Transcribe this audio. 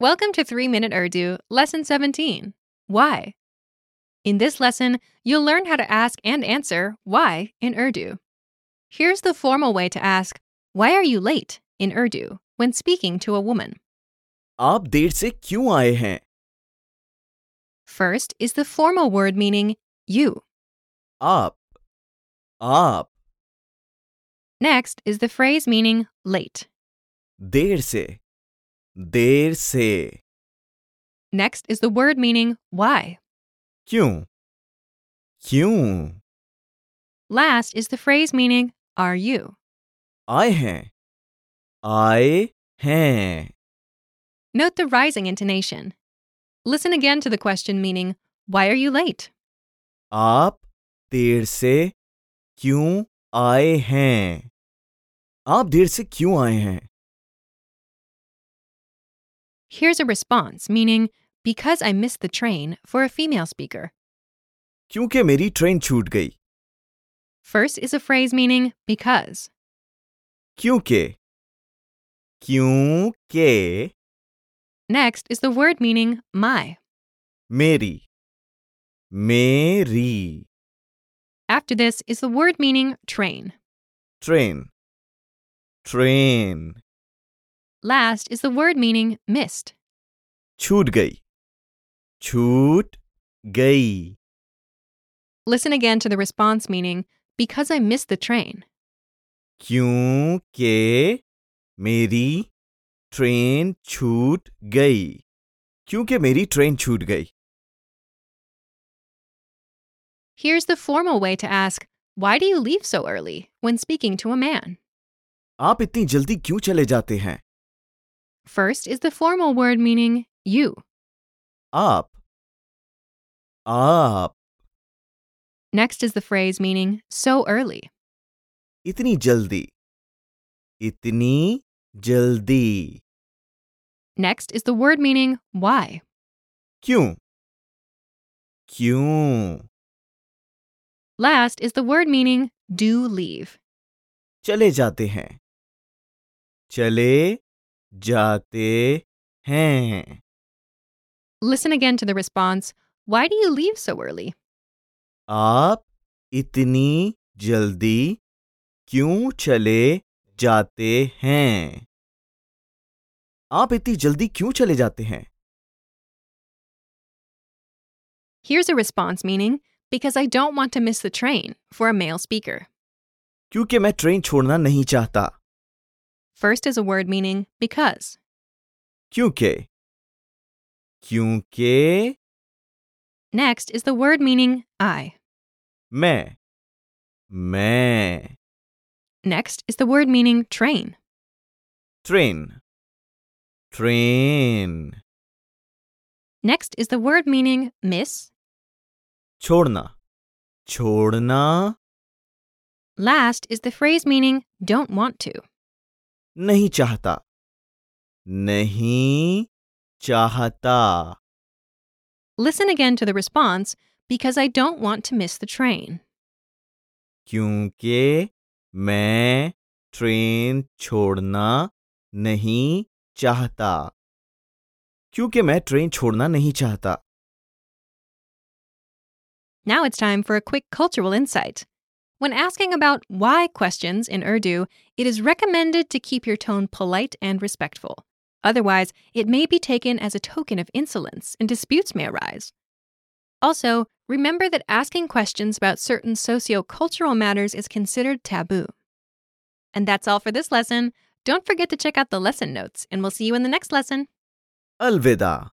Welcome to 3 Minute Urdu, Lesson 17 Why? In this lesson, you'll learn how to ask and answer why in Urdu. Here's the formal way to ask, Why are you late in Urdu when speaking to a woman? आप देर से क्यों आए हैं First is the formal word meaning you. आप आप Next is the phrase meaning late. देर से देर से Next is the word meaning why. क्यों क्यों Last is the phrase meaning are you. आए हैं आए हैं Note the rising intonation. Listen again to the question meaning, Why are you late? आप देर से क्यों आए हैं आप देर से क्यों आए हैं Here's a response meaning, Because I missed the train for a female speaker. क्योंकि मेरी ट्रेन छूट गई First is a phrase meaning, Because. क्योंकि क्योंकि Next is the word meaning, my. मेरी मेरी After this is the word meaning, train. train train Last is the word meaning, missed. छूट गई छूट गई Listen again to the response meaning, Because I missed the train. क्योंकि मेरी train छूट गई क्योंकि मेरी ट्रेन छूट गई Here's the formal way to ask, Why do you leave so early when speaking to a man? आप इतनी जल्दी क्यों चले जाते हैं First is the formal word meaning you. आप आप Next is the phrase meaning so early. इतनी जल्दी इतनी जल्दी Next is the word meaning why. क्यों क्यों Last is the word meaning do leave. चले जाते हैं चले जाते हैं Listen again to the response Why do you leave so early? आप इतनी जल्दी क्यों चले जाते हैं आप इतनी जल्दी क्यों चले जाते हैं Here's a response meaning because I don't want to miss the train for a male speaker. क्योंकि मैं ट्रेन छोड़ना नहीं चाहता First is a word meaning because. क्योंकि क्योंकि Next is the word meaning I. मैं मैं Next is the word meaning train. Train train Next is the word meaning miss. छोड़ना छोड़ना Last is the phrase meaning don't want to. नहीं चाहता नहीं चाहता Listen again to the response because I don't want to miss the train. क्योंकि मैं train छोड़ना नहीं चाहता क्योंकि मैं ट्रेन छोड़ना नहीं चाहता Now it's time for a quick cultural insight. When asking about why questions in Urdu, it is recommended to keep your tone polite and respectful. Otherwise, it may be taken as a token of insolence and disputes may arise. Also, remember that asking questions about certain socio-cultural matters is considered taboo. And that's all for this lesson. Don't forget to check out the lesson notes, and we'll see you in the next lesson. अलविदा